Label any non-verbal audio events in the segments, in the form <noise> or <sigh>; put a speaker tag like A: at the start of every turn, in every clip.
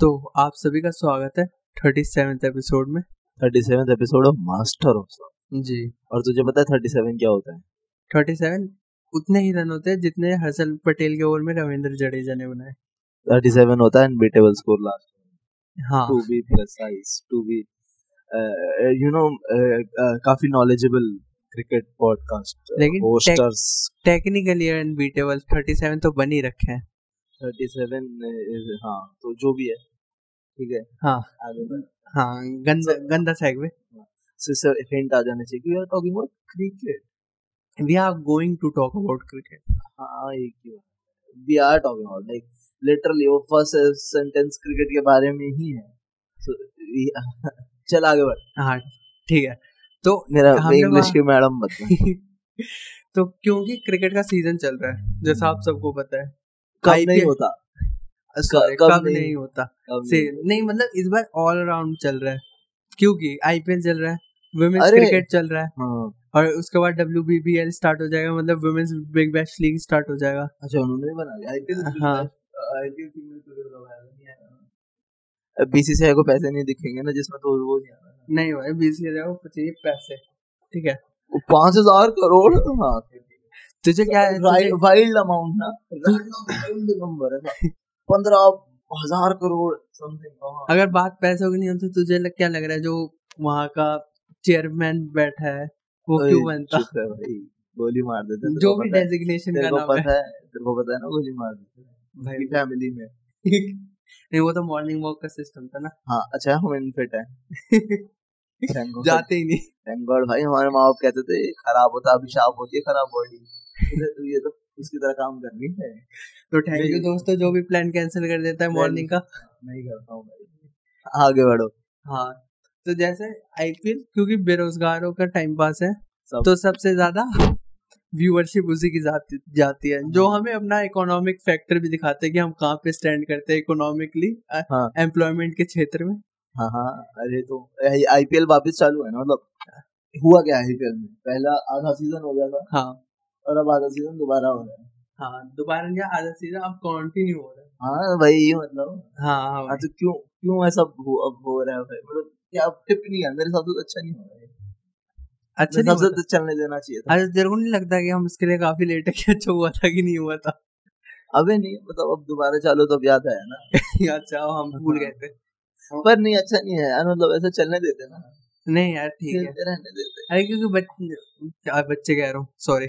A: तो आप सभी का स्वागत है थर्टी सेवन्थ एपिसोड में
B: thirty seven episode of master of song
A: जी
B: और तुझे पता है थर्टी सेवन क्या होता है
A: थर्टी सेवन उतने ही रन होते हैं जितने हर्षल पटेल के ओवर में रविंद्र जडेजा ने बनाए
B: थर्टी सेवन होता है अनबीटेबल स्कोर लास्ट
A: हाँ
B: to be precise to be uh, you know uh, काफी नॉलेजेबल क्रिकेट पॉडकास्ट
A: लेकिन
B: hosters
A: technically unbeatable thirty seven तो बन ही रखे हैं
B: थर्टी सेवन हाँ तो जो भी है ठीक है
A: हाँ।
B: आगे बढ़
A: हाँ गंदा गंदा सेगवे
B: सो इससे हिंट आ जाना चाहिए कि we are talking about cricket
A: we are going to talk about cricket
B: हाँ एक ही बात we are talking about like literally वो फर्स्ट सेंटेंस क्रिकेट के बारे में ही है सो <laughs> चल आगे बढ़
A: हाँ ठीक है तो <laughs>
B: मेरा
A: हमने
B: इंग्लिश
A: वहाँ-
B: की मैडम मत
A: <laughs>
B: बन।
A: तो क्योंकि क्रिकेट का सीजन चल रहा है जैसा आप सबको पता है
B: कब नहीं
A: IPL
B: होता
A: Sorry,
B: कब
A: कब
B: नहीं-
A: नहीं होता
B: कब
A: से
B: नहीं होता।
A: नहीं मतलब इस बार ऑल अराउंड चल रहा है क्योंकि आईपीएल चल रहा है वुमेन्स
B: अरे।
A: क्रिकेट चल रहा है
B: हाँ
A: और उसके बाद डब्ल्यू स्टार्ट हो जाएगा मतलब women's big bash league start हो जाएगा
B: अच्छा उन्होंने भी बना लिया आईपीएल
A: हाँ।
B: आईपीएल फीमेल क्रिकेट का वायदा नहीं तो आया बीसीसीआई को पैसे नहीं दिखेंगे ना जिसमें तो वो नहीं आ रहा
A: नहीं भाई बीस हजार पच्चीस पैसे ठीक है
B: वो पांच हजार करोड़ हाँ
A: तुझे क्या है तुझे,
B: वाइल्ड अमाउंट
A: <laughs>
B: ना वाइल्ड नंबर है पंद्रह हजार करोड़ हाँ। समथिंग
A: अगर बात पैसों की नहीं होती तुझे लग, क्या लग रहा है जो वहाँ का चेयरमैन बैठा है वो क्यों बनता
B: भाई गोली मार देते हैं, तेरे
A: जो
B: को
A: भी
B: पता है।
A: डेजिग्नेशन
B: तेरे
A: का
B: को
A: नाम है
B: पता है तेरे को पता है ना गोली मार देते हैं।
A: भाई
B: उनकी फैमिली में
A: नहीं वो तो मॉर्निंग वॉक का सिस्टम था ना
B: हाँ अच्छा हम इनफिट है <laughs> Thank God.
A: जाते ही नहीं
B: Thank God भाई हमारे माँ बाप कहते थे खराब होता अभिशाप होती है खराब बॉडी ये तो उसकी तरह काम करनी है
A: तो थैंक यू
B: नहीं।
A: दोस्तों जो भी प्लान कैंसिल कर देता है
B: Plan-
A: मॉर्निंग का
B: नहीं करता हूँ भाई आगे बढ़ो
A: हाँ तो जैसे आईपीएल क्योंकि बेरोजगारों का टाइम पास है
B: सब-
A: तो सबसे ज्यादा व्यूअरशिप उसी की जाती जाती है जो हमें अपना इकोनॉमिक फैक्टर भी दिखाते हैं कि हम कहाँ पे स्टैंड करते हैं इकोनॉमिकली
B: हाँ।
A: एम्प्लॉयमेंट के क्षेत्र में
B: हाँ हाँ अरे तो आईपीएल वापस चालू है ना मतलब हुआ क्या आईपीएल में पहला आधा सीजन हो गया था
A: हाँ
B: और अब आधा सीजन दोबारा हो रहा है
A: हाँ दोबारा नहीं आधा सीजन अब कंटिन्यू हो रहा है
B: हाँ भाई ये मतलब
A: हाँ हाँ
B: हाँ
A: भाई।
B: तो क्यों क्यों ऐसा हो, अब हो रहा है भाई मतलब क्या अब टिप नहीं है मेरे हिसाब से तो अच्छा नहीं हो रहा है
A: अच्छा
B: मेरे
A: नहीं
B: हिसाब से
A: होता।
B: तो चलने देना चाहिए था
A: अच्छा तेरे को नहीं लगता कि हम इसके लिए काफी लेट है कि अच्छा हुआ था कि नहीं हुआ था
B: अबे नहीं मतलब अब दोबारा चालू तो अब याद आया ना
A: <laughs> अच्छा हम भूल गए थे
B: पर नहीं अच्छा नहीं है यार मतलब ऐसा चलने देते ना
A: नहीं यार ठीक है
B: खेलते रहने देते
A: अरे क्योंकि बच्चे आ, बच्चे कह रहा हूँ सॉरी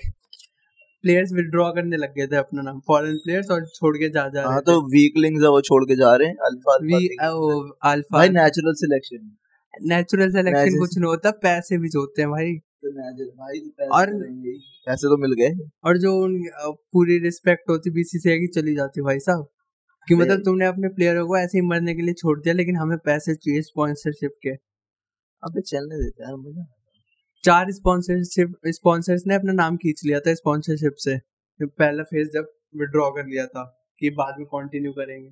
A: प्लेयर्स विड्रॉ करने लग गए थे अपना नाम फॉरेन प्लेयर्स और छोड़ के जा जा
B: हाँ
A: रहे
B: तो वीकलिंग्स है वो छोड़ के जा रहे हैं अल्फा
A: वी
B: अल्फा
A: अल्फा
B: भाई natural selection
A: natural selection
B: Natural-
A: कुछ नहीं होता पैसे भी जोते हैं भाई
B: तो natural- भाई तो पैसे
A: और-
B: तो रहेंगे ही। पैसे तो मिल गए
A: और जो उन अ, पूरी रिस्पेक्ट होती बीसीसीआई की चली जाती भाई साहब कि
B: नहीं।
A: मतलब तुमने अपने प्लेयरों को ऐसे ही मरने के लिए छोड़ दिया लेकिन हमें पैसे चाहिए स्पॉन्सरशिप के
B: अबे चलने देते यार मजा
A: चार स्पॉन्सरशिप स्पॉन्सर्स ने अपना नाम खींच लिया था स्पॉन्सरशिप से पहला फेज जब विड्रॉ कर लिया था कि बाद में कंटिन्यू करेंगे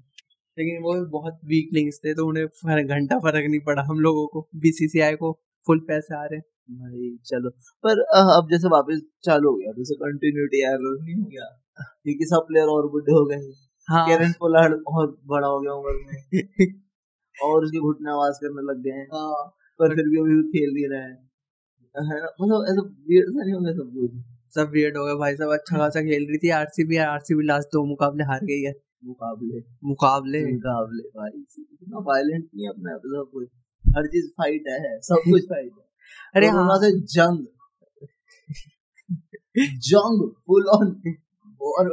A: लेकिन वो बहुत वीक लिंक्स थे तो उन्हें फर- घंटा फर्क नहीं पड़ा हम लोगों को बीसीसीआई को फुल पैसे आ रहे हैं
B: भाई चलो पर अ, अब जैसे वापस चालू हो गया जैसे कंटिन्यूटी यार नहीं हो गया क्योंकि सब प्लेयर और बुढ़े हो गए हैं।
A: हाँ
B: केरन पोलार्ड बहुत बड़ा हो गया उम्र
A: <laughs>
B: में और उसके घुटने आवाज करने लग गए हैं
A: हाँ,
B: पर फिर भी अभी वो खेल नहीं रहा है है ना? मतलब ऐसा weird सा नहीं हो गया सब कुछ
A: सब वियर्ड हो गए भाई साहब अच्छा खासा खेल रही थी आरसीबी आरसीबी लास्ट दो मुकाबले हार गई है
B: मुकाबले
A: मुकाबले
B: मुकाबले भाई इतना वायलेंट नहीं है अपना सब कुछ हर चीज फाइट है सब कुछ फाइट है
A: <laughs> अरे हाँ।
B: कोरोना से जंग जंग फुल ऑन और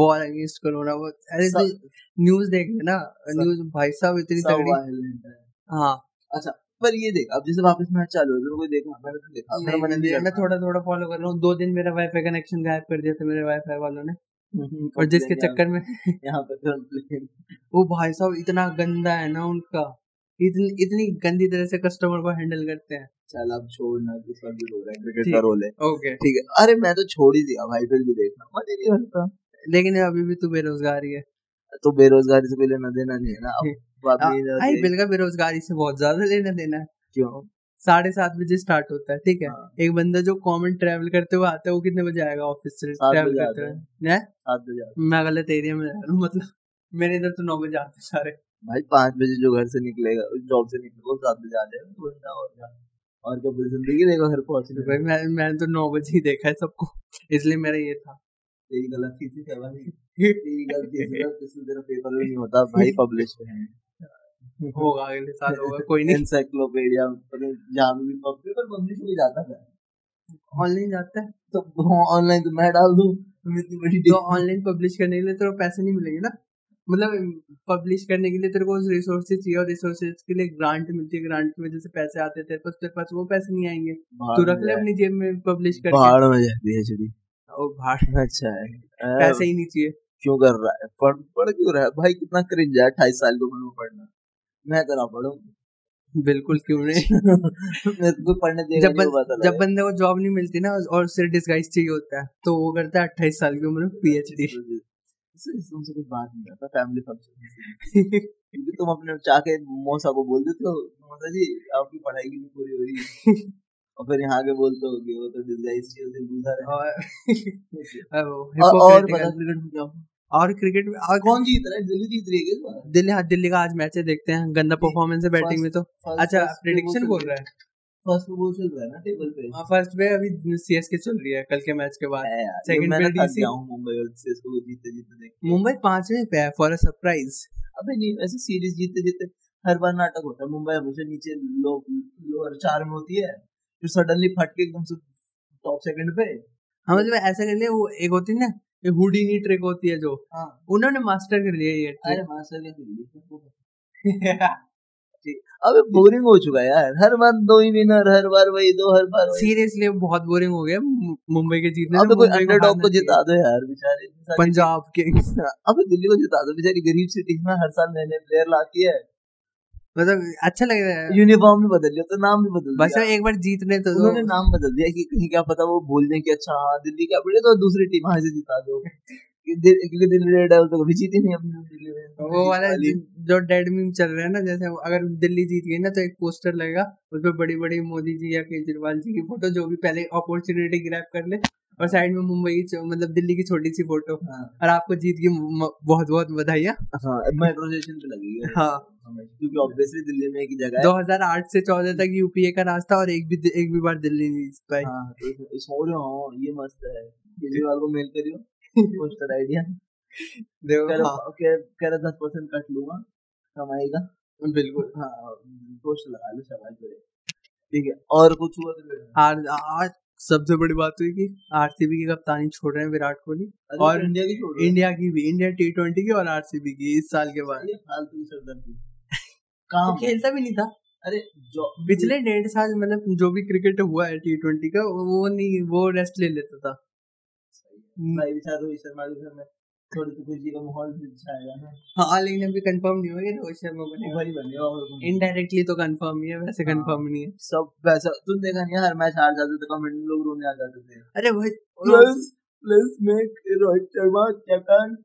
A: वॉर अगेंस्ट कोरोना वो अरे तो
B: सब-
A: न्यूज देख रहे ना
B: सब-
A: न्यूज भाई साहब इतनी
B: सब
A: तगड़ी
B: violent है।
A: हाँ
B: अच्छा पर ये देख अब जैसे वापस मैच चालू है कोई देखा मैंने तो देखा मेरा
A: नहीं,
B: मन
A: मैं
B: नहीं
A: देख- मैं
B: करता।
A: थोड़ा थोड़ा फॉलो कर रहा हूँ दो दिन मेरा वाईफाई कनेक्शन गायब कर दिया था मेरे वाईफाई वालों ने
B: हम्म,
A: और जिसके
B: complain
A: चक्कर में
B: यहाँ- यहाँ तो पर complain।
A: वो भाई साहब इतना गंदा है ना उनका इतनी इतनी गंदी तरह से कस्टमर को हैंडल करते हैं
B: <laughs> चल अब छोड़ना जिस पर भी रो रहा है क्रिकेट
A: ठीक।
B: का रोल है
A: ओके
B: ठीक है अरे मैं तो छोड़ ही दिया भाई फिर भी देखना मन ही नहीं करता
A: लेकिन अभी भी तू बेरोजगार ही है
B: तो बेरोजगारी से पहले ना देना नहीं है ना अब बात नहीं रहती
A: आईपीएल का बेरोजगारी से बहुत ज्यादा लेना देना है
B: क्यों
A: साढ़े सात बजे स्टार्ट होता है ठीक है
B: हाँ।
A: एक बंदा जो कॉमन ट्रैवल करते हुए आता है वो कितने बजे आएगा ऑफिस से
B: सात
A: ट्रैवल
B: बजे
A: करते
B: आता
A: हुए हैं?
B: सात बजे आता
A: मैं गलत एरिया में रह रहा हूँ मतलब मेरे इधर तो नौ बजे आते हैं सारे
B: भाई पाँच बजे जो घर से निकलेगा जॉब से निकलेगा वो सात बजे आ जाएगा दो घंटा और क्या और क्या पूरी जिंदगी लेगा घर पहुंचने
A: भाई
B: में
A: मैं मैंने तो नौ बजे ही देखा है सबको इसलिए मेरा ये था
B: तेरी गलती थी क्या
A: <laughs>
B: भाई तेरी गलती थी जब किसी तेरा पेपर भी नहीं होता
A: <laughs>
B: भाई पब्लिश में है
A: होगा अगले
B: <laughs>
A: साल होगा तो कोई नहीं
B: एनसाइक्लोपीडिया जहाँ भी पेपर पब्लिश हो जाता था
A: ऑनलाइन जाता है
B: तो ऑनलाइन तो मैं डाल दूं तुम इतनी बड़ी
A: तो ऑनलाइन पब्लिश करने के लिए तेरे को पैसे नहीं मिलेंगे ना मतलब पब्लिश करने के लिए तेरे को रिसोर्सेज चाहिए और रिसोर्सेज के लिए ग्रांट मिलती है ग्रांट की वजह से पैसे आते हैं तेरे पास तेरे पास वो पैसे नहीं आएंगे तू रख ले अपनी जेब में पब्लिश करके
B: पहाड़ में जाए पीएचडी
A: और भाड़
B: अच्छा है अ,
A: पैसे ही नहीं चाहिए
B: क्यों कर रहा है पढ़ पढ़ क्यों रहा है भाई कितना क्रिंज है अट्ठाईस साल की उम्र में पढ़ना मैं तो ना पढ़ू
A: बिल्कुल क्यों नहीं
B: <laughs> मेरे को पढ़ने देगा
A: जब
B: नहीं
A: बन,
B: वो पता
A: जब
B: लगा
A: बंदे को जॉब नहीं मिलती ना और सिर्फ डिस्गाइज चाहिए होता है तो वो करता है अट्ठाईस साल की उम्र में पीएचडी
B: तुमसे कुछ बात नहीं करता फैमिली फंक्शन
A: <laughs>
B: क्योंकि तुम अपने जाके मौसा को बोल देते हो मौसा जी आपकी पढ़ाई की नहीं पूरी हो रही है
A: <laughs>
B: और फिर यहाँ आके बोलते हो कि वो तो डिजाइन चीज से दूसरा है
A: और <laughs> और हाँ, वो
B: और
A: hypocritical।
B: और पता क्रिकेट में क्या हुआ?
A: और क्रिकेट में और
B: कौन जीत रहा है दिल्ली जीत रही है क्या इस बार?
A: दिल्ली हाँ दिल्ली का आज मैच है देखते हैं गंदा
B: नहीं,
A: परफॉर्मेंस है बैटिंग में तो
B: first- तो
A: अच्छा
B: first पे वो
A: प्रिडिक्शन
B: चल
A: बोल रहा है
B: फर्स्ट पे वो चल रहा है ना टेबल पे
A: हाँ फर्स्ट पे अभी सीएसके चल रही है कल के मैच के बाद
B: है यार ये
A: सेकंड
B: मैं
A: पे
B: ना थक
A: डीसी
B: गया हूँ मुंबई और सीएसके को जीतते जीतते देख के।
A: मुंबई पांचवें पे है फॉर अ सरप्राइज
B: अबे नहीं ऐसे सीरीज जीतते जीतते हर बार नाटक होता है मुंबई हमेशा नीचे लो लोअर चार में होती है फिर सडनली फट के एकदम से टॉप सेकंड पे
A: हाँ मतलब ऐसा कर लिया वो एक होती है ना ये हुडीनी ट्रिक होती है जो
B: हाँ
A: उन्होंने मास्टर कर लिया ये
B: अरे मास्टर क्या खेल रही है?
A: ट्रिक
B: <laughs> अबे बोरिंग हो चुका है यार हर बार दो ही विनर हर बार वही दो हर बार वही
A: सीरियसली बहुत बोरिंग हो गया मु- मुंबई के जीतने से
B: अबे तो कोई
A: मुंबई को
B: अंडरडॉग
A: हारना
B: को
A: चाहिए
B: जिता दो यार बेचारे इतनी सारी
A: पंजाब किंग्स
B: team- <laughs> अबे दिल्ली को जिता दो बेचारी गरीब सी टीम है हर साल नए नए प्लेयर लाती है
A: मतलब अच्छा लग रहा है
B: यूनिफॉर्म भी बदल लिया तो नाम भी बदल
A: बस
B: दिया
A: एक बार जीतने तो दो
B: उन्होंने नाम बदल दिया कि कहीं क्या पता वो भूल जाए कि अच्छा हाँ दिल्ली का बढ़िया तो दूसरी टीम हाँ इसे जिता दो कि दि- क्योंकि दिल्ली रेड डेविल तो कभी जीती नहीं अपनी दिल्ली में
A: तो वो वाला जि- जो डेड मीम चल रहा है ना जैसे वो अगर दिल्ली जीत गई ना तो एक पोस्टर लगेगा उसमें बड़ी बड़ी मोदी जी या केजरीवाल जी की फोटो जो भी पहले अपॉर्चुनिटी ग्रैब कर ले और साइड में मुंबई की छो- मतलब दिल्ली की छोटी सी फोटो
B: हाँ
A: और आपको जीत की बहुत बहुत बधाई है
B: हाँ मेट्रो स्टेशन पे लगेगी
A: हाँ।
B: क्योंकि ऑब्वियसली दिल्ली में एक ही जगह है
A: 2008 से 14 तक यूपीए का रास्ता और एक भी एक भी बार दिल्ली नहीं जीत पाई
B: हाँ तो सो रहे हो ये मस्त है केजरीवाल को मेल करियो पोस्टर आइडिया कह
A: देखो
B: रहा
A: हाँ
B: कह कह रहा दस परसेंट कट लूंगा कमाई का
A: बिल्कुल
B: हाँ पोस्ट लगा लो शाबाश बड़े ठीक है और कुछ हुआ तो फिर-
A: आज आज सबसे बड़ी बात हुई कि आरसीबी की कप्तानी छोड़ रहे हैं विराट कोहली
B: अरे
A: और
B: तो इंडिया की छोड़ रहे हो।
A: इंडिया की भी इंडिया टी ट्वेंटी की और आरसीबी की इस साल के बाद
B: ये फालतू की सरदर्दी
A: वो
B: काम है।
A: खेलता भी नहीं था
B: अरे जो
A: पिछले डेढ़ साल मतलब जो भी क्रिकेट हुआ है टी ट्वेंटी का वो नहीं वो रेस्ट ले लेता था
B: भाई विचार रोहित शर्मा के घर में थोड़ी तो खुशी का माहौल भी छाएगा ना
A: हाँ लेकिन अभी कंफर्म नहीं हुआ कि रोहित शर्मा बनेगा
B: उभर ही बने और कुछ नहीं।
A: इनडायरेक्टली तो कंफर्म ही है वैसे
B: हाँ।
A: कंफर्म नहीं है
B: सब वैसा तुम देखा नहीं है, हर मैच हार जाते थे कमेंट में लोग रोने आ जाते थे
A: अरे भाई वो-
B: plus plus make Rohit Sharma captain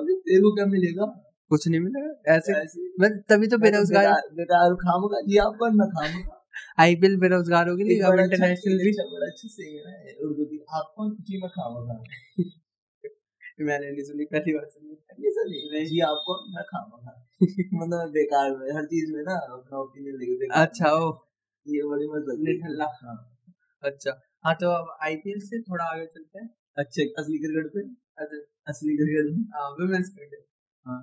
B: अभी तेरे को क्या मिलेगा
A: कुछ नहीं मिला ऐसे
B: ऐसे ही।
A: मतलब तभी तो
B: मैं तो
A: बेरोजगार
B: बेकार बेकार खामोगा ये आप ना खामोगा
A: आईपीएल बेरोजगार होगी
B: एक
A: लेकिन अब
B: बड़ा अच्छा
A: इंटरनेशनल भी
B: अच्छा बड़ा अच्छी सिंगर है उर्दू की आप कौन जी में खामोगा
A: <laughs> मैंने नहीं सुनी पहली बार सुनी
B: ये सब नहीं जी आपको मैं खामोगा मतलब मैं बेकार में हर चीज में ना अपना ओपिनियन लेके बेकार
A: अच्छा ओ
B: में। ये बड़ी मत लगती है।
A: निठल्ला।
B: हाँ
A: अच्छा हाँ तो अब आईपीएल से थोड़ा आगे चलते हैं
B: अच्छे असली क्रिकेट पे
A: अच्छा
B: असली क्रिकेट में
A: वुमेन्स क्रिकेट
B: हाँ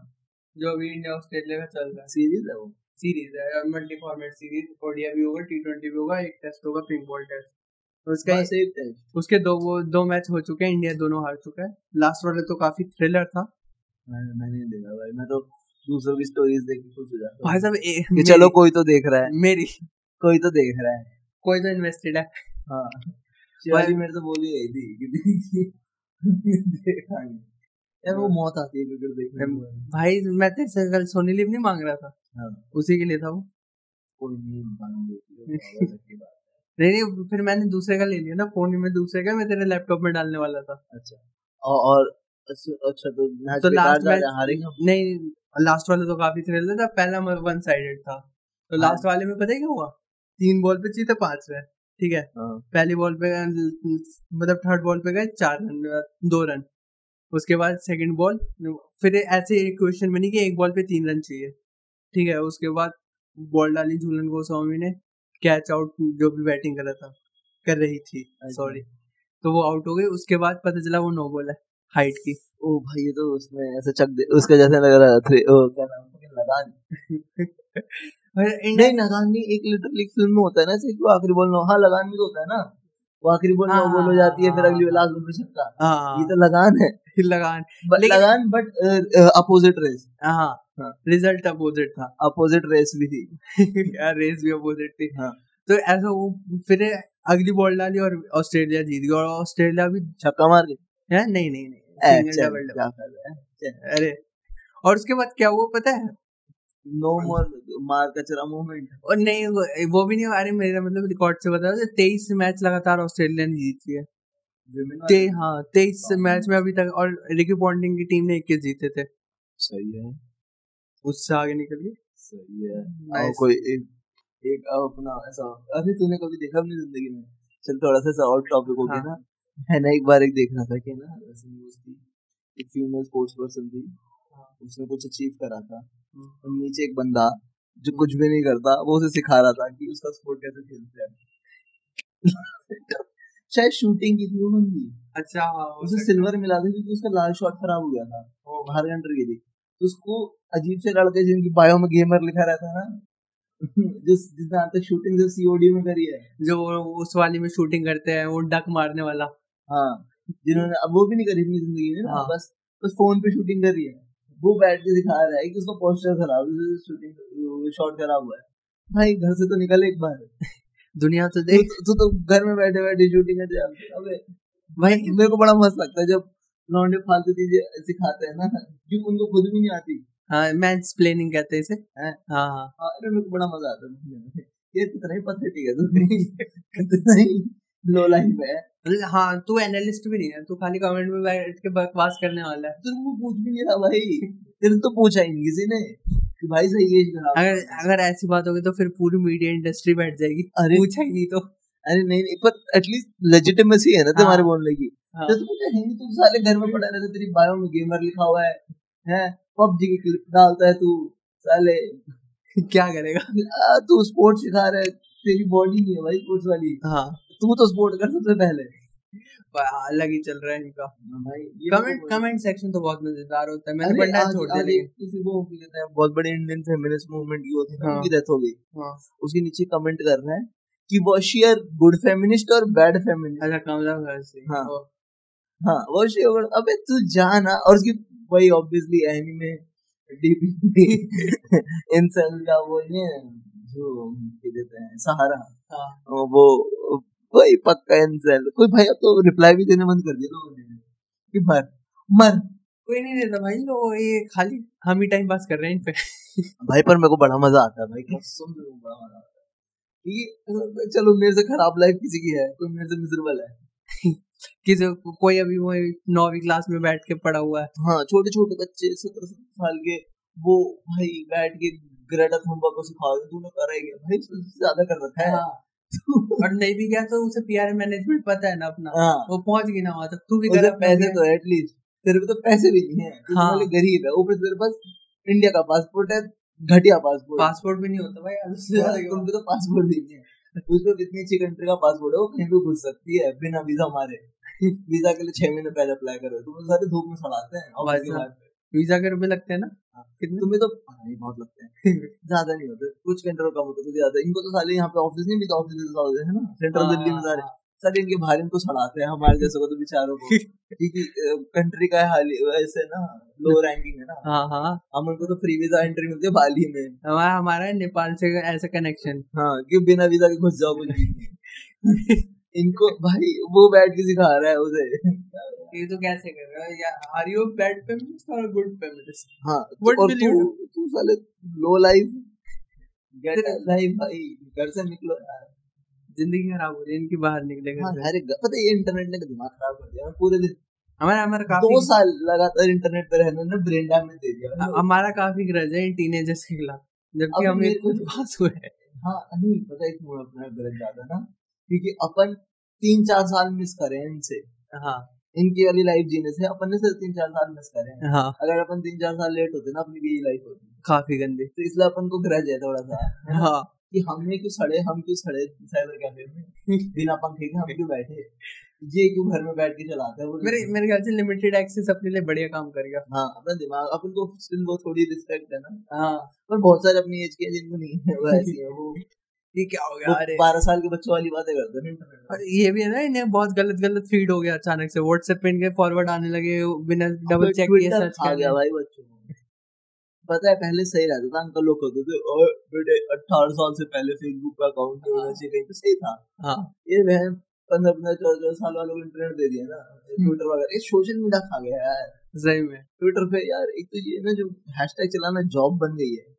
A: जो अभी इंडिया ऑस्ट्रेलिया का चल रहा है
B: सीरीज है वो
A: सीरीज है मल्टी फॉर्मेट सीरीज ओडिया भी होगा टी ट्वेंटी भी होगा एक टेस्ट होगा पिंक बॉल टेस्ट उसका
B: बस एक टेस्ट
A: उसके दो वो दो मैच हो चुके हैं इंडिया दोनों हार चुका है लास्ट वाले तो काफी थ्रिलर था
B: मैंने मैंने नहीं देखा भाई मैं तो दूसरों की स्टोरीज देख के खुश हो जाता
A: भाई
B: हूँ
A: साहब ए,
B: कि
A: मेरी,
B: चलो कोई तो देख रहा है
A: मेरी
B: कोई तो देख रहा है
A: कोई तो इन्वेस्टेड है
B: हाँ शिवाजी मेरे तो बोली गई थी कि देखा नहीं यार वो मौत आती है क्रिकेट देखने
A: हम्म।
B: में
A: भाई मैं तेरे से कल सोनी लिव नहीं मांग रहा था
B: हाँ
A: उसी के लिए था वो
B: कोई नहीं मालूम <laughs> देखी बात
A: नहीं नहीं फिर मैंने दूसरे का ले लिया ना फोन में दूसरे का मैं तेरे लैपटॉप में डालने वाला था
B: अच्छा औ- और अच्छा अच्छा, तो मैच
A: तो
B: बेकार
A: लास्ट
B: जा
A: मैच
B: रहा है हारेंगे हम।
A: नहीं लास्ट वाला तो काफी थ्रिलर था पहला वन साइडेड था तो
B: हार
A: लास्ट वाले में पता है क्या हुआ तीन बॉल पे जीते पांच रन ठीक है
B: हाँ
A: पहली बॉल पे मतलब थर्ड बॉल पे गए चार रन दो रन उसके बाद सेकंड बॉल फिर ऐसे एक क्वेश्चन बनी कि एक बॉल पे तीन रन चाहिए ठीक है उसके बाद बॉल डाली झूलन गोस्वामी ने कैच आउट जो भी बैटिंग कर रहा था कर रही थी
B: अच्छा।
A: सॉरी तो वो आउट हो गई उसके बाद पता चला वो नो बॉल है हाइट
B: <laughs>
A: की
B: ओ भाई ये तो उसमें ऐसे चक दे उसका जैसे लग रहा था थ्री ओ क्या नाम था लगान
A: और
B: नहीं
A: इंडिया
B: लगान भी एक लिटिल एक फिल्म में होता है ना जैसे कि वो आखिरी बॉल हाँ लगान भी तो होता है ना वो आखिरी बॉल नो
A: हाँ,
B: बॉल हो जाती है फिर
A: हाँ,
B: अगली
A: हाँ।
B: बॉल लास्ट बॉल पे छक्का ये
A: हाँ
B: तो लगान है
A: लगान
B: बट
A: लेकिन-
B: Lagaan uh, but opposite race
A: हाँ
B: हाँ।
A: रिजल्ट अपोजिट था
B: अपोजिट रेस भी थी
A: <laughs> यार रेस भी अपोजिट थी
B: हाँ।
A: तो ऐसा वो फिर अगली बॉल डाली और ऑस्ट्रेलिया जीत गया और ऑस्ट्रेलिया भी
B: छक्का मार के
A: है नहीं नहीं नहीं
B: ए,
A: सिंगल
B: चल,
A: डबल
B: क्या कर रहा है चल।
A: डबल अरे और उसके बाद क्या हुआ पता है
B: नो मोर मार कचरा मूवमेंट
A: और नहीं वो वो भी नहीं अरे मेरा मतलब रिकॉर्ड से बता दो तेईस मैच लगातार ऑस्ट्रेलिया ने जीत लिए
B: विमेन
A: ते हाँ तेईस
B: हाँ।
A: मैच में अभी तक और रिकी पॉन्टिंग की टीम ने इक्कीस जीते थे
B: सही है
A: उससे आगे निकल गई
B: सही है और
A: Nice.
B: हाँ, कोई एक एक अपना ऐसा अरे तूने कभी देखा अपनी जिंदगी में चल थोड़ा सा ऐसा और टॉपिक हो गया
A: हाँ।
B: ना है ना एक बार एक देख रहा था कि ना ऐसी न्यूज थी एक फीमेल स्पोर्ट्स पर्सन थी
A: हाँ।
B: उसने कुछ अचीव करा था और नीचे एक बंदा जो कुछ भी नहीं करता वो उसे सिखा रहा था कि उसका स्पोर्ट कैसे खेलते हैं <laughs> शायद शूटिंग की थी वो बंदी
A: अच्छा हाँ, हो
B: उसे
A: सकता
B: सिल्वर मिला था क्योंकि उसका लाल शॉट खराब हो गया था वो बाहर एंटर की थी तो उसको अजीब से लड़के जिनकी बायो में गेमर लिखा रहता है ना <laughs> जिस जिसने आज तक शूटिंग सिर्फ सीओडी में करी है
A: है। जो वो उस वाली में शूटिंग करते हैं वो डक मारने वाला
B: हाँ जिन्होंने अब वो भी नहीं करी अपनी जिंदगी में ना
A: हाँ।
B: बस बस फोन पे शूटिंग करी है वो बैठ के दिखा रहा है कि उसका पोस्टर खराब है शूटिंग शॉट खराब हुआ है भाई घर से तो निकल एक बार
A: दुनिया तो
B: तू
A: देख
B: तू तो घर में बैठे बैठे शूटिंग कर जा अबे
A: भाई
B: मेरे को बड़ा मस्त लगता है जब लौंडे फालतू चीजें सिखाते हैं ना जो उनको खुद भी नहीं आती
A: हाँ मैच प्लेनिंग कहते हैं इसे
B: हैं।
A: हाँ हाँ
B: हाँ, अरे मेरे को बड़ा मजा आता है देखने में। ये कितना ही pathetic है तू कितना ही लो लाइफ है
A: मतलब हाँ तू एनालिस्ट भी नहीं है तू खाली कमेंट में बैठ के बकवास करने वाला है
B: तेरे को पूछ भी नहीं रहा भाई तेरे से तो पूछा ही नहीं किसी ने कि भाई सही है इसका नाम।
A: अगर अगर ऐसी बात होगी तो फिर पूरी मीडिया इंडस्ट्री बैठ जाएगी
B: अरे।
A: पूछा ही नहीं तो
B: अरे नहीं नहीं पर एटलीस्ट लेजिटिमेसी है ना तुम्हारे
A: हाँ।
B: बोलने की
A: हाँ।
B: <laughs> तो तुमको है नहीं तुम साले घर में पड़ा रहता तेरी बायो में गेमर लिखा हुआ है हैं पबजी की क्लिप डालता है तू साले
A: क्या करेगा
B: आ, तू स्पोर्ट्स सिखा रहा है तेरी बॉडी नहीं है भाई स्पोर्ट्स वाली
A: हाँ
B: तू तो स्पोर्ट कर सबसे पहले हाँ,
A: अलग ही चल रहा है इनका
B: भाई ये
A: कमेंट
B: मेरे को-
A: कमेंट सेक्शन तो बहुत मजेदार होता है मैंने
B: अरे
A: पढ़ना
B: आज-
A: छोड़ दिया
B: आज एक
A: लेकिन
B: किसी वो की कहते हैं बहुत बड़े इंडियन फेमिनिस्ट मूवमेंट की होती है ना,
A: हाँ।
B: उनकी डेथ हो गई
A: हाँ।
B: उसके नीचे कमेंट कर रहे हैं कि वो शेयर गुड फेमिनिस्ट और बैड फेमिनिस्ट
A: अच्छा कमला भाई
B: हाँ। हाँ वो शेयर अबे तू जा ना और उसकी वही ऑब्वियसली एनिमे <laughs> डीपी इंसल का वो ये जो क्या कहते हैं सहारा
A: हाँ
B: वो वही पक्का इंसल कोई भाई अब तो रिप्लाई भी देना बंद कर दिया लोगों ने कि मर मर
A: कोई नहीं देता भाई लोग ये खाली हम ही टाइम पास कर रहे हैं इन पे <laughs>
B: भाई पर मेरे को बड़ा मजा आता है भाई कसम से मेरे को बड़ा मजा आता है कि चलो मेरे से खराब लाइफ किसी की है कोई मेरे से मिजरेबल है
A: कि जो कोई अभी वो नौवीं क्लास में बैठ के पढ़ा हुआ है
B: हाँ छोटे छोटे बच्चे सत्रह सत्रह साल के वो भाई बैठ के ग्रेटा थम्बा को सिखा रहे तूने करा ही क्या भाई उससे ज्यादा कर रखा है
A: और नहीं भी गया तो उसे पीआर मैनेजमेंट पता है ना अपना
B: <laughs> हाँ
A: वो पहुंच गई ना वहां तक तू भी कर
B: उसे
A: अपना
B: पैसे
A: भी
B: तो है एटलीस्ट तेरे पे तो पैसे भी नहीं है तू
A: हाँ।
B: साले गरीब है ऊपर से तेरे पास इंडिया का पासपोर्ट है घटिया पासपोर्ट
A: पासपोर्ट भी नहीं होता भाई उससे ज्यादा
B: हाँ,
A: क्या
B: तुम
A: होता
B: पे तो पासपोर्ट भी नहीं है उस पे इतनी अच्छी कंट्री का पासपोर्ट है वो कहीं भी घुस सकती है बिना वीजा मारे <laughs> वीजा के लिए छह महीने पहले अप्लाई करो तुम तो सारे धूप में सड़ाते हैं और उसके
A: भाई
B: बाद
A: है। वीजा के रुपए लगते हैं ना
B: हाँ।
A: कितने
B: तुम्हें तो पता नहीं बहुत लगते हैं <laughs> ज्यादा नहीं होते कुछ कंट्रोल कम होते तो ज्यादा इनको तो साले यहाँ पे ऑफिस नहीं भी तो ऑफिस है ना सेंट्रल
A: हाँ,
B: दिल्ली में सारे
A: हाँ।
B: साले इनके बाहर इनको सड़ाते हैं हमारे जैसे को तो बेचारों
A: <laughs>
B: को क्योंकि कंट्री का हाल ही- ऐसे ना लो रैंकिंग है ना
A: हाँ हाँ
B: हम उनको तो फ्री वीजा एंट्री मिलती है बाली में
A: हमारा हमारा है नेपाल से ऐसा कनेक्शन
B: हाँ कि बिना वीजा के घुस जाओ कुछ भी नहीं। इनको भाई वो बैठ के सिखा रहा है उसे
A: ये तो कैसे कर रहा है यार आर यू बैड फेमिनिस्ट और गुड फेमिनिस्ट
B: हाँ
A: What
B: और
A: will
B: तू
A: you
B: तू साले लो लाइफ गेट लाइफ भाई घर से निकलो यार
A: जिंदगी खराब हो रही है इनकी बाहर निकले
B: हाँ
A: घर से
B: हर एक पता है ये इंटरनेट ने दिमाग खराब कर दिया पूरे दिन
A: हमारा हमारा
B: दो
A: काफी हाँ,
B: साल लगातार इंटरनेट पर रहने ने ब्रेन डैमेज दे दिया
A: ह- हमारा काफी ग्रज है इन टीनेजर्स के खिलाफ जबकि
B: अब
A: हमें
B: मेरे को
A: खुद
B: तो-
A: पास हुए हैं
B: हाँ नहीं पता है क्यों अपना ग्रज ज्यादा ना क्योंकि अपन तीन चार साल मिस करें इनसे
A: हाँ
B: इनकी वाली लाइफ जीने से अपन ने सिर्फ तीन चार साल मिस करे हैं
A: हाँ
B: अगर अपन तीन चार साल लेट होते ना अपनी भी लाइफ होती
A: काफी गंदी
B: तो इसलिए अपन को ग्रज है थोड़ा सा है ना?
A: हाँ
B: कि हमने क्यों सड़े हम क्यों सड़े साइबर कैफे में बिना पंखे के हम क्यों बैठे ये क्यों घर में बैठ के चलाते हैं वो
A: मेरे मेरे ख्याल से लिमिटेड एक्सेस अपने लिए बढ़िया काम करेगा
B: हाँ अपना दिमाग अपन को स्टिल वो थोड़ी रिस्पेक्ट है ना
A: हाँ
B: पर बहुत सारे अपनी एज के हैं जिनको नहीं है वो ऐसी है
A: <laughs>
B: वो
A: ये क्या हो गया अरे
B: वो बारह साल के बच्चों वाली बातें करते हैं इंटरनेट
A: और ये भी है ना इन्हें बहुत गलत गलत फीड हो गया अचानक से व्हाट्सएप पे इनके फॉरवर्ड आने लगे बिना
B: हाँ,
A: डबल चेक किए
B: ट्विटर
A: सर्च
B: खा
A: कर
B: गया भाई बच्चों को। पता है पहले सही रहता था अंकल लोग कहते थे और बेटे अट्ठारह साल से पहले फेसबुक का अकाउंट नहीं होना चाहिए कहीं पे सही था
A: हाँ
B: ये वह पंद्रह पंद्रह चौदह चौदह साल वालों को इंटरनेट दे दिया ना ट्विटर वगैरह ये सोशल मीडिया खा गया यार
A: सही में
B: ट्विटर पे यार एक तो ये ना जो हैशटैग चलाना जॉब बन गई है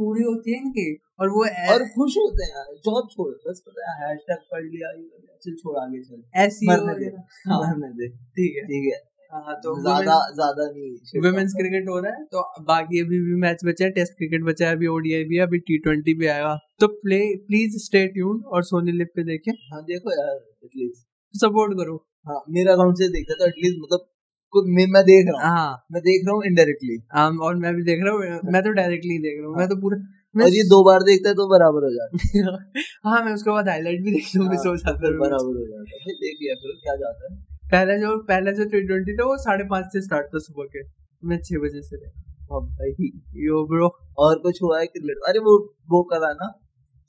A: पूरी होती है इनकी और वो
B: और खुश होते हैं यार जॉब छोड़ बस पता है हैशटैग पढ़ लिया ये कर लिया, चल छोड़ आगे चल
A: ऐसी
B: मरने दे
A: हाँ।
B: मरने दे
A: ठीक है
B: ठीक है
A: हाँ तो
B: ज्यादा ज्यादा नहीं shit
A: वुमेन्स
B: करता।
A: क्रिकेट हो रहा है तो बाकी अभी भी मैच बचे हैं टेस्ट क्रिकेट बचा है अभी ओडीआई भी है अभी टी ट्वेंटी भी आएगा तो प्ले प्लीज स्टे ट्यून और सोनी लिप पे देखें
B: हाँ देखो यार एटलीस्ट
A: सपोर्ट करो
B: हाँ मेरा अकाउंट से देखता तो एटलीस्ट मतलब खुद मैं मैं देख रहा हूँ
A: हाँ
B: मैं देख रहा हूँ इनडायरेक्टली
A: हम और मैं भी देख रहा हूँ मैं तो डायरेक्टली देख रहा हूँ मैं तो पूरा मैं
B: और ये दो बार देखता है तो बराबर हो जाता है
A: <laughs> हाँ मैं उसके बाद हाईलाइट भी देख लूँ
B: हाँ,
A: सो
B: तो
A: जाता
B: फिर
A: है
B: बराबर हो जाता है फिर देख लिया करो क्या जाता है
A: पहला जो पहला जो टी ट्वेंटी था वो साढ़े पाँच से स्टार्ट था सुबह के मैं छह बजे से देखा।
B: अब भाई
A: यो ब्रो
B: और कुछ हुआ है क्रिकेट अरे वो वो करा ना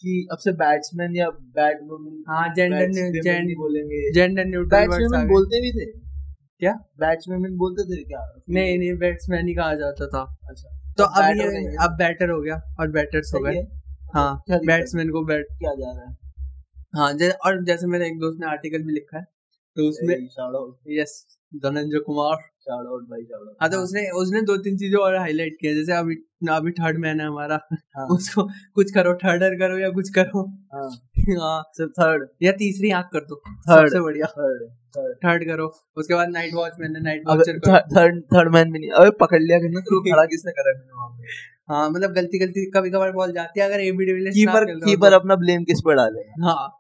B: कि अब से बैट्समैन या बैट वुमेन
A: हाँ जेंडर न्यू- जेंड-
B: नहीं बोलेंगे
A: जेंडर न्यूट्रल वर्ड्स आ
B: बैट्समैन
A: गए
B: बोलते भी थे
A: क्या
B: बैट्समैन बोलते थे क्या
A: नहीं नहीं बैट्समैन ही कहा जाता था
B: अच्छा
A: तो अब
B: bat
A: ये
B: हो गए हैं।
A: अब बैटर हो गया और बैटर्स हो
B: सही
A: गए
B: है
A: हाँ
B: क्या दिक्कत है?
A: बैट्समैन को बैट
B: क्या जा रहा है
A: हाँ जै, और जैसे मेरे एक दोस्त ने आर्टिकल भी लिखा है तो उसमें
B: shout out
A: yes Dhananjay Kumar
B: shout out भाई शाउट
A: हाँ तो उसने उसने दो तीन चीजें और हाईलाइट किया जैसे अभी अभी थर्ड मैन है हमारा
B: हाँ।
A: उसको कुछ करो थर्डर करो या कुछ करो
B: हाँ
A: <laughs> हाँ
B: सिर्फ थर्ड
A: या तीसरी आंख कर दो
B: थर्ड
A: सबसे बढ़िया
B: थर्ड थर्ड
A: थर्ड करो उसके बाद नाइट वॉच मैन है नाइट
B: अब
A: वॉचर करो
B: थर्ड थर्ड मैन भी नहीं अबे पकड़ लिया करना तो <laughs> खड़ा किसने करा मैंने वहां पे
A: हाँ मतलब गलती गलती कभी कभार बॉल जाती है अगर एबी डिविलियर्स ना
B: कीपर
A: खेल रहा हो
B: कीपर
A: तो-
B: अपना ब्लेम किस पे डालेगा
A: हाँ <laughs>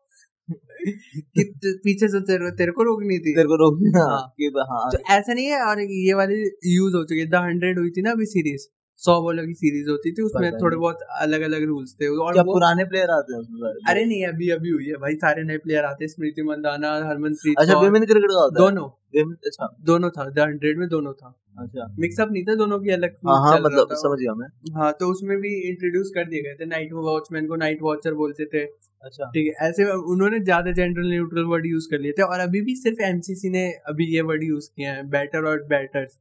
A: कि ते- पीछे से तेरे, तेरे को रोकनी थी
B: तेरे को रोक हाँ
A: हाँ।
B: कीपर हाँ
A: तो ऐसा नहीं है और ये वाली यूज हो चुकी है द हंड्रेड हुई थी ना अभी सीरीज सौ बॉलों की सीरीज होती थी उसमें
B: पता
A: थोड़े
B: नहीं।
A: बहुत अलग अलग रूल्स थे और
B: क्या
A: वो
B: पुराने प्लेयर आते हैं उसमें सारे?
A: अरे नहीं अभी अभी हुई है भाई सारे नए प्लेयर आते हैं स्मृति मंदाना हरमनप्रीत
B: अच्छा
A: कौर
B: विमेन क्रिकेट का होता है
A: दोनों
B: Women- अच्छा
A: दोनों था द हंड्रेड में दोनों था
B: अच्छा
A: मिक्सअप नहीं था दोनों की अलग
B: हाँ हाँ
A: चल रहा
B: मतलब
A: था
B: समझ गया मैं
A: हाँ तो उसमें भी इंट्रोड्यूस कर दिए गए थे नाइट वॉचमैन को नाइट वॉचर बोलते थे
B: अच्छा
A: ठीक है ऐसे उन्होंने ज्यादा जनरल न्यूट्रल वर्ड यूज कर लिए थे और अभी भी सिर्फ एमसीसी ने अभी ये वर्ड यूज किया है बैटर और बैटर्स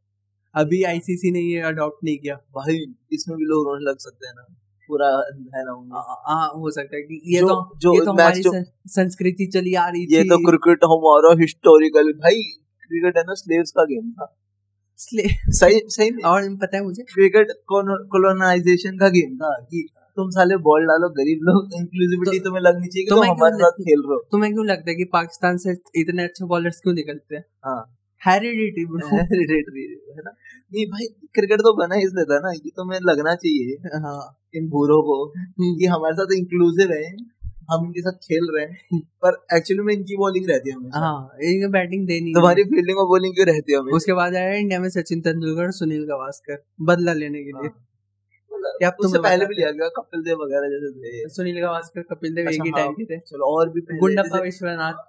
A: अभी आईसीसी ने ये अडॉप्ट नहीं किया
B: भाई इसमें भी लोग रोने लग सकते हैं ना पूरा है ना
A: आ-
B: उनमें।
A: आ- हाँ हो सकता है कि ये
B: जो-
A: तो
B: जो
A: ये तो
B: match
A: हमारी
B: जो-
A: सं- संस्कृति चली आ रही
B: ये
A: थी
B: तो क्रिकेट हमारा हिस्टोरिकल भाई क्रिकेट है ना स्लेव्स का गेम था
A: इसलिए-
B: सही सही में
A: और पता है मुझे
B: क्रिकेट कॉलोनाइजेशन का गेम था कि तुम साले बॉल डालो गरीब लोग इंक्लूसिविटी
A: तो-
B: तुम्हें लगनी चाहिए कि तुम
A: तुम्हें क्यों
B: हमारे साथ
A: लग-
B: खेल रहे हो
A: तुम्हें क्यों लगता है कि पाकिस्तान से इतने अच्छे बॉलर्स क्यों निकलते हैं
B: हाँ
A: हेरिडिटी
B: <laughs> hereditary है ना नहीं भाई क्रिकेट तो बना इसलिए था ना कि तुम्हें लगना चाहिए
A: हाँ
B: इन बूढ़ों को
A: हम्म,
B: कि हमारे साथ इंक्लूसिव है हम इनके साथ खेल रहे हैं पर एक्चुअली में इनकी बॉलिंग रहती है हमेशा
A: हम्म। हाँ इनको बैटिंग देनी नहीं है।
B: तुम्हारी फील्डिंग और बॉलिंग क्यों रहती है हमेशा
A: उसके बाद आया इंडिया में सचिन तेंदुलकर और सुनील गावस्कर बदला लेने के लिए क्या
B: मतलब
A: आप
B: उससे
A: तुम्हें
B: पहले
A: बताते
B: भी लिया गया कपिल देव वगैरह जैसे थे
A: सुनील गावस्कर कपिल देव
B: अच्छा,
A: एक ही
B: हाँ।
A: टाइम के थे
B: चलो और भी पहले
A: गुंडप्पा
B: जैसे,
A: विश्वनाथ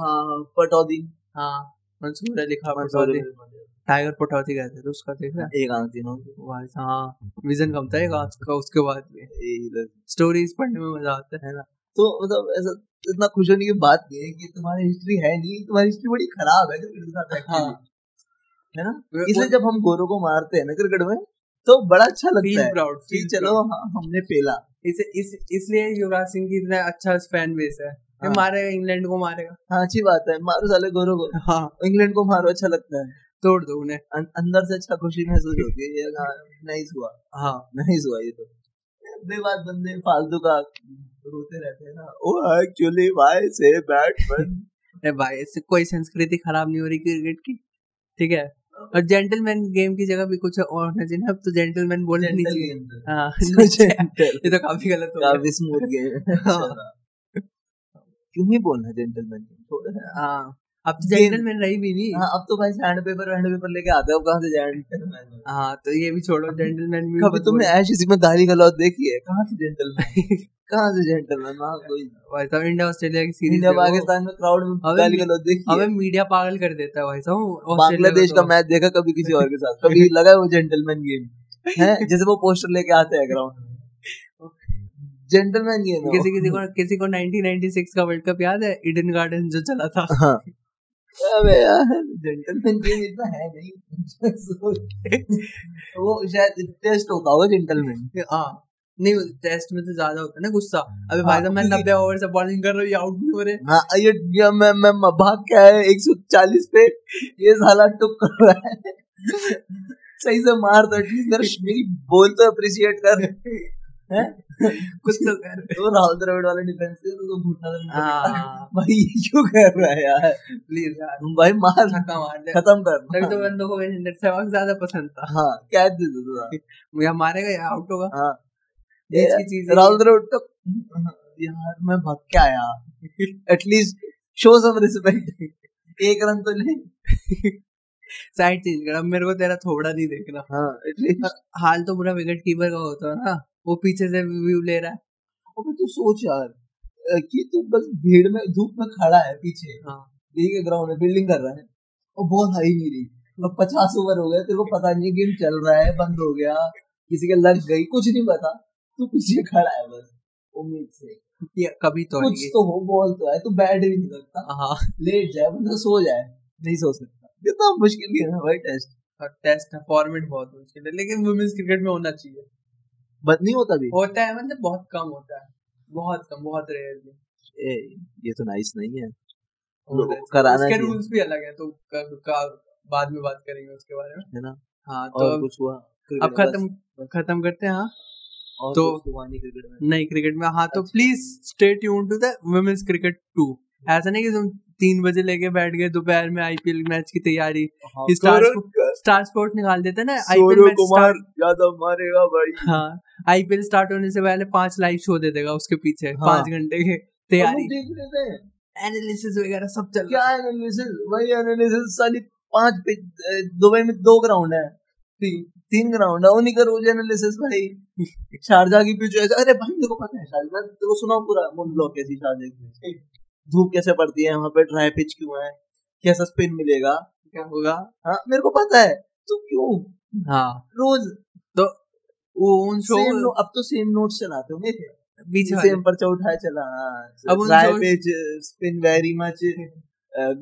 B: हाँ, पटौदी
A: हाँ मंसूर अली खान
B: मंसूर
A: पटौदी
B: अली-
A: टाइगर पटौदी कहते थे तो उसका देख रहा
B: एक आंख तीनों की।
A: है हाँ विजन कम था एक आज का उसके बाद भी
B: यही लग-
A: स्टोरीज पढ़ने में मजा आता है ना
B: तो मतलब ऐसा इतना खुश होने की बात नहीं है कि तुम्हारी हिस्ट्री है नहीं तुम्हारी हिस्ट्री बड़ी खराब है क्रिकेट के साथ
A: हाँ
B: actually, है ना
A: वे-
B: इसलिए
A: वो-
B: जब हम गोरों को मारते हैं ना क्रिकेट में तो बड़ा अच्छा लगता
A: Feel
B: है
A: proud,
B: कि
A: feel
B: चलो हाँ, हमने पेला
A: इसे इस इसलिए युवराज सिंह की इतना अच्छा फैन बेस है ये
B: हाँ।
A: मारेगा इंग्लैंड को मारेगा
B: हाँ अच्छी बात है मारो साले गोरों को
A: हाँ
B: इंग्लैंड को मारो अच्छा लगता है
A: तोड़ दो उन्हें
B: अं- अंदर से अच्छा खुशी महसूस होती है ये नाइस हुआ
A: हाँ
B: नाइस हुआ ये तो बेबात बंदे फालतू का रोते रहते हैं ना ओ एक्चुअली वाई से <laughs> बैटमैन
A: अरे भाई इससे कोई संस्कृति खराब नहीं हो रही क्रिकेट की ठीक है और जेंटलमैन गेम की जगह भी कुछ और होना चाहिए ना, अब तो जेंटलमैन बोलना नहीं
B: जेंटल
A: चाहिए
B: गेम <laughs>
A: हाँ
B: था
A: <laughs> ये
B: जेंटल
A: तो काफी गलत हो गया
B: काफी <laughs> स्मूथ गेम
A: हाँ।
B: क्यों ही बोलना जेंटलमैन थोड़ा
A: हाँ अब तो जनरल मैन रही भी नहीं
B: हाँ अब तो भाई सैंड पेपर वैंड पेपर लेके आते हो कहाँ से <laughs> जेंटलमैन
A: हाँ तो ये भी छोड़ो जेंटल मैन भी
B: कभी
A: बहुत
B: तुमने
A: बुरी-
B: ऐश इसमें दाढ़ी का लॉज देखी है कहाँ से <laughs> जेंटलमैन कहाँ से जेंटलमैन वहाँ कोई
A: भाई साहब इंडिया ऑस्ट्रेलिया की सीरीज
B: इंडिया पाकिस्तान में क्राउड में
A: अबे
B: गाली गलौज देखी
A: हमें
B: है
A: मीडिया पागल कर देता है भाई साहब ऑस्ट्रेलिया
B: बांग्लादेश
A: को
B: का
A: तो।
B: मैच देखा कभी किसी और के साथ <laughs> कभी लगा है वो जेंटलमैन गेम <laughs> है जैसे वो पोस्टर लेके आते हैं ग्राउंड <laughs> में जेंटलमैन गेम
A: किसी किसी को किसी को 1996 का वर्ल्ड कप याद है इडन गार्डन जो चला था
B: हाँ अबे यार जेंटलमैन गेम इतना तो है नहीं <laughs> वो शायद टेस्ट होता होगा जेंटलमैन
A: हाँ नहीं टेस्ट में तो ज्यादा होता है ना गुस्सा अबे भाई
B: हाँ,
A: साहब मैं
B: क्योंकि-
A: नब्बे ओवर से बॉलिंग कर रहा हूँ ये आउट नहीं हो रहे
B: हाँ ये, ये मैं मैं मैं भाग के आया एक सौ चालीस पे ये साला टुक कर रहा है सही से मार दो एटलीस्ट मेरा मेरी बॉल तो अप्रिशिएट कर हैं
A: कुछ तो कर
B: <laughs> वो राहुल द्रविड़ वाला डिफेंस है तो घुटना
A: हाँ।
B: दर्द भाई ये क्यों कर रहा है यार
A: प्लीज यार
B: भाई मार
A: धक्का मार दे
B: खत्म
A: तभी तो
B: कर
A: बंदों को वीरेंद्र सहवाग ज्यादा पसंद था
B: हाँ क्या दे दो थोड़ा।
A: मुझे मारेगा या आउट होगा
B: हाँ
A: बीच की चीज है
B: राहुल
A: ये।
B: द्रविड़ तो यार मैं भाग के <laughs> आया एटलीस्ट शो सम रिस्पेक्ट एक रन तो नहीं
A: साइड चेंज कर अब मेरे को तेरा थोड़ा नहीं देखना
B: हाँ एटलीस्ट
A: हाल तो पूरा विकेट कीपर का होता है ना वो पीछे से व्यू ले रहा है
B: अबे तू सोच यार अ, कि तू बस भीड़ में धूप में खड़ा है पीछे
A: हाँ
B: ठीक है ग्राउंड में फील्डिंग कर रहा है और बॉल आई नहीं रही और पचास ओवर हो गए तेरे को पता नहीं गेम चल रहा है बंद हो गया किसी के लग गई कुछ नहीं पता तू पीछे खड़ा है बस उम्मीद से
A: ये कभी तो
B: कुछ
A: आएगी
B: तो हो बॉल तो है तू बैठ भी नहीं सकता
A: हाँ
B: लेट जाए बंदा सो जाए नहीं सो सकता कितना मुश्किल गेम है भाई टेस्ट
A: और टेस्ट का फॉर्मेट बहुत मुश्किल है लेकिन वुमेन्स क्रिकेट में होना चाहिए
B: बंद नहीं होता भी
A: होता है मतलब बहुत कम होता है बहुत कम बहुत रेयरली
B: ए, ये तो नाइस नहीं है लोगों को कराना
A: उसके
B: चाहिए।
A: रूल्स भी अलग है तो क- का- बाद में बात करेंगे उसके बारे में
B: है ना
A: हाँ तो
B: और
A: अब-
B: कुछ हुआ
A: अब
B: क्रिकेट में?
A: खत्म
B: बस, बस।
A: खत्म करते हैं हाँ
B: और
A: तो-
B: कुछ तो हुआ नहीं क्रिकेट में
A: नहीं क्रिकेट में हाँ तो
B: अच्छा।
A: Please stay tune to the women's cricket too ऐसा नहीं कि तुम तीन बजे लेके बैठ गए दोपहर में आईपीएल मैच की तैयारी
B: हाँ,
A: स्टार
B: करण का
A: स्टार स्पोर्ट निकाल देते हैं ना IPL
B: Surya
A: match
B: Kumar
A: start
B: Yadav मारेगा भाई
A: हाँ आईपीएल स्टार्ट होने से पहले पांच लाइव शो दे देगा उसके पीछे
B: हाँ।
A: पांच घंटे के
B: हम लोग
A: तैयारी
B: देख लेते हैं
A: एनालिसिस वगैरह सब चल
B: क्या
A: रहा है
B: एनालिसिस भाई एनालिसिस साली पांच पे अ, दुबई में दो ग्राउंड है तीन तीन ग्राउंड है उन्हीं का रोज एनालिसिस भाई शारजा की पिच ऐसे- अरे भाई देखो पता है शारजा देखो सुना पूरा मोनोलॉग कैसी शारजा की पिच धूप कैसे पड़ती है वहां पे ड्राई पिच क्यों है कैसा स्पिन मिलेगा
A: क्या होगा
B: हाँ मेरे को पता है तू क्यों
A: हाँ
B: रोज
A: तो वो उन
B: सेम
A: शो
B: अब तो सेम नोट्स चलाते होंगे
A: पीछे वाले
B: सेम पर्चा उठाए चला
A: अच्छा। अब उन
B: राय
A: shows-
B: page spin very much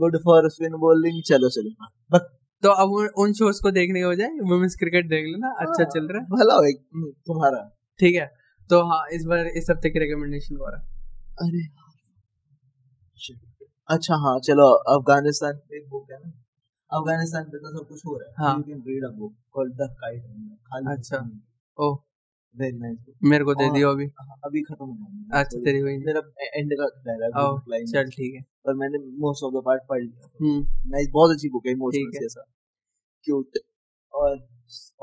B: good for spin bowling चलो चलो हाँ, बस
A: तो अब उन- उन शोज को देखने के बजाय वुमेन्स क्रिकेट देख लेना अच्छा
B: हाँ,
A: चल रहा है
B: भला हो एक हम्म, तुम्हारा
A: ठीक है तो हाँ इस बार इस हफ्ते की रिकमेंडेशन द्वारा
B: अरे यार, shit। अच्छा हाँ चलो अफगानिस्तान पे एक बुक है ना अफगानिस्तान पे तो सब कुछ हो रहा है
A: हाँ।
B: You can read a book called the kite
A: अच्छा। ओ
B: वेरी नाइस बुक
A: मेरे को दे
B: और-
A: दियो अभी
B: हाँ, अभी खत्म हो जाना है।
A: अच्छा तेरी हुई नहीं।
B: मेरा एंड का डायलॉग
A: ओ
B: लाइन
A: चल ठीक है
B: पर मैंने मोस्ट ऑफ द पार्ट पढ़ लिया
A: हम्म
B: नाइस बहुत अच्छी बुक है इमोशनल
A: ठीक है।
B: जैसा क्यूट और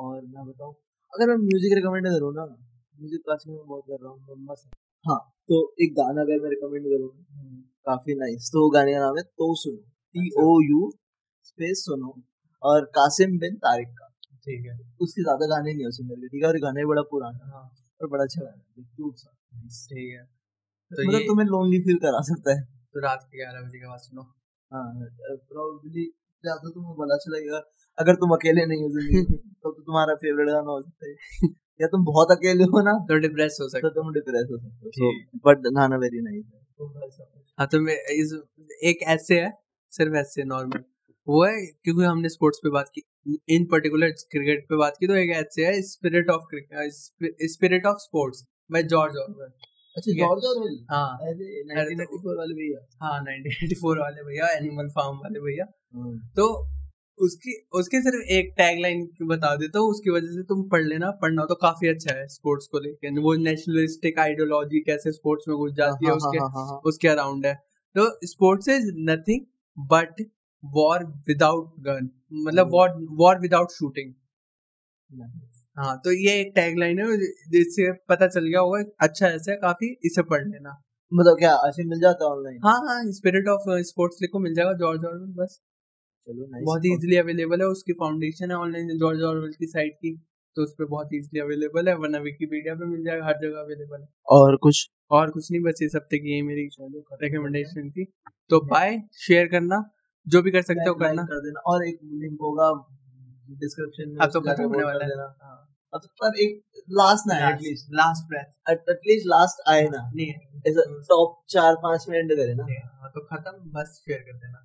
B: और मैं बताऊं अगर मैं म्यूजिक रिकमेंड करूँ ना म्यूजिक क्लासिक में बहुत कर रहा हूँ मम्मा से हाँ तो एक गाना अगर मैं रिकमेंड करूँ काफी नाइस तो वो गाने का नाम है तो सुनो टी
A: अच्छा।
B: ओ यू स्पेस सुनो और कासिम बिन तारिक का
A: ठीक है
B: उसके ज्यादा गाने नहीं है उसमें मेरे लिए, ठीक है और ये गाना भी बड़ा पुराना है
A: हाँ
B: और बड़ा अच्छा गाना है क्यूट सा nice।
A: ठीक है तो
B: मतलब
A: ये-
B: तुम्हें लोनली फील करा सकता है
A: तो रात के ग्यारह बजे के बाद सुनो
B: प्रोबेबली हाँ, ज्यादा तुम्हें भला अच्छा लगेगा अगर तुम अकेले नहीं हो जिंदगी
A: <laughs>
B: में, तो, तो तुम्हारा फेवरेट गाना हो सकता है <laughs> या तुम बहुत अकेले हो ना
A: तो डिप्रेस हो
B: तो
A: सकता
B: तुम डिप्रेस हो सकते हो
A: ठीक।
B: बट गाना वेरी नाइस है
A: हाँ तो मैं इस एक ऐसे है सिर्फ ऐसे नॉर्मल वो है क्योंकि हमने स्पोर्ट्स पे बात की इन पर्टिकुलर क्रिकेट पे बात की तो एक ऐसे है spirit of spirit of sports by George Orwell
B: अच्छा
A: ठीक है।
B: जॉर्ज ऑरवेल
A: हाँ
B: अरे तो 1994 वाले भैया
A: हाँ 1984 वाले भैया एनिमल फार्म वाले भैया
B: हम्म,
A: तो उसकी उसके सिर्फ एक टैगलाइन बता देता हूँ उसकी वजह से तुम पढ़ लेना पढ़ना तो काफी अच्छा है स्पोर्ट्स को लेकर वो नेशनलिस्टिक आइडियोलॉजी कैसे स्पोर्ट्स में घुस जाती है
B: हाँ, हाँ,
A: उसके
B: हाँ, हाँ, हाँ।
A: उसके अराउंड है तो sports is nothing but war without gun मतलब
B: hmm.
A: War war without shooting
B: Nice।
A: हाँ तो ये एक टैगलाइन है जिससे पता चल गया होगा अच्छा ऐसा है काफी इसे पढ़ लेना
B: मतलब क्या ऐसे मिल जाता है ऑनलाइन
A: हाँ हाँ स्पिरिट ऑफ स्पोर्ट्स लिखो मिल जाएगा जॉर्ज ऑरवेल बस
B: चलो nice. तो।
A: बहुत ही इजीली अवेलेबल है उसकी फाउंडेशन है ऑनलाइन जॉर्ज ऑरवेल की साइट की तो उस पर बहुत इजीली अवेलेबल है वरना विकीपीडिया पे मिल जाएगा हर जगह अवेलेबल है
B: और कुछ
A: और कुछ नहीं बस इस हफ्ते की यही मेरी रिकमेंडेशन थी तो बाय शेयर करना जो भी कर सकते हो
B: Like- like
A: करना
B: कर देना और एक लिंक होगा डिस्क्रिप्शन में
A: अब तो
B: उसको
A: खत्म होने
B: download कर
A: वाला है
B: देना। अब तो पर एक लास्ट ना आए at least
A: last breath
B: at least last आए ना
A: नहीं हम्म।
B: ऐसा टॉप चार पाँच मिनट करे ना
A: नहीं, हाँ, तो खत्म बस शेयर कर देना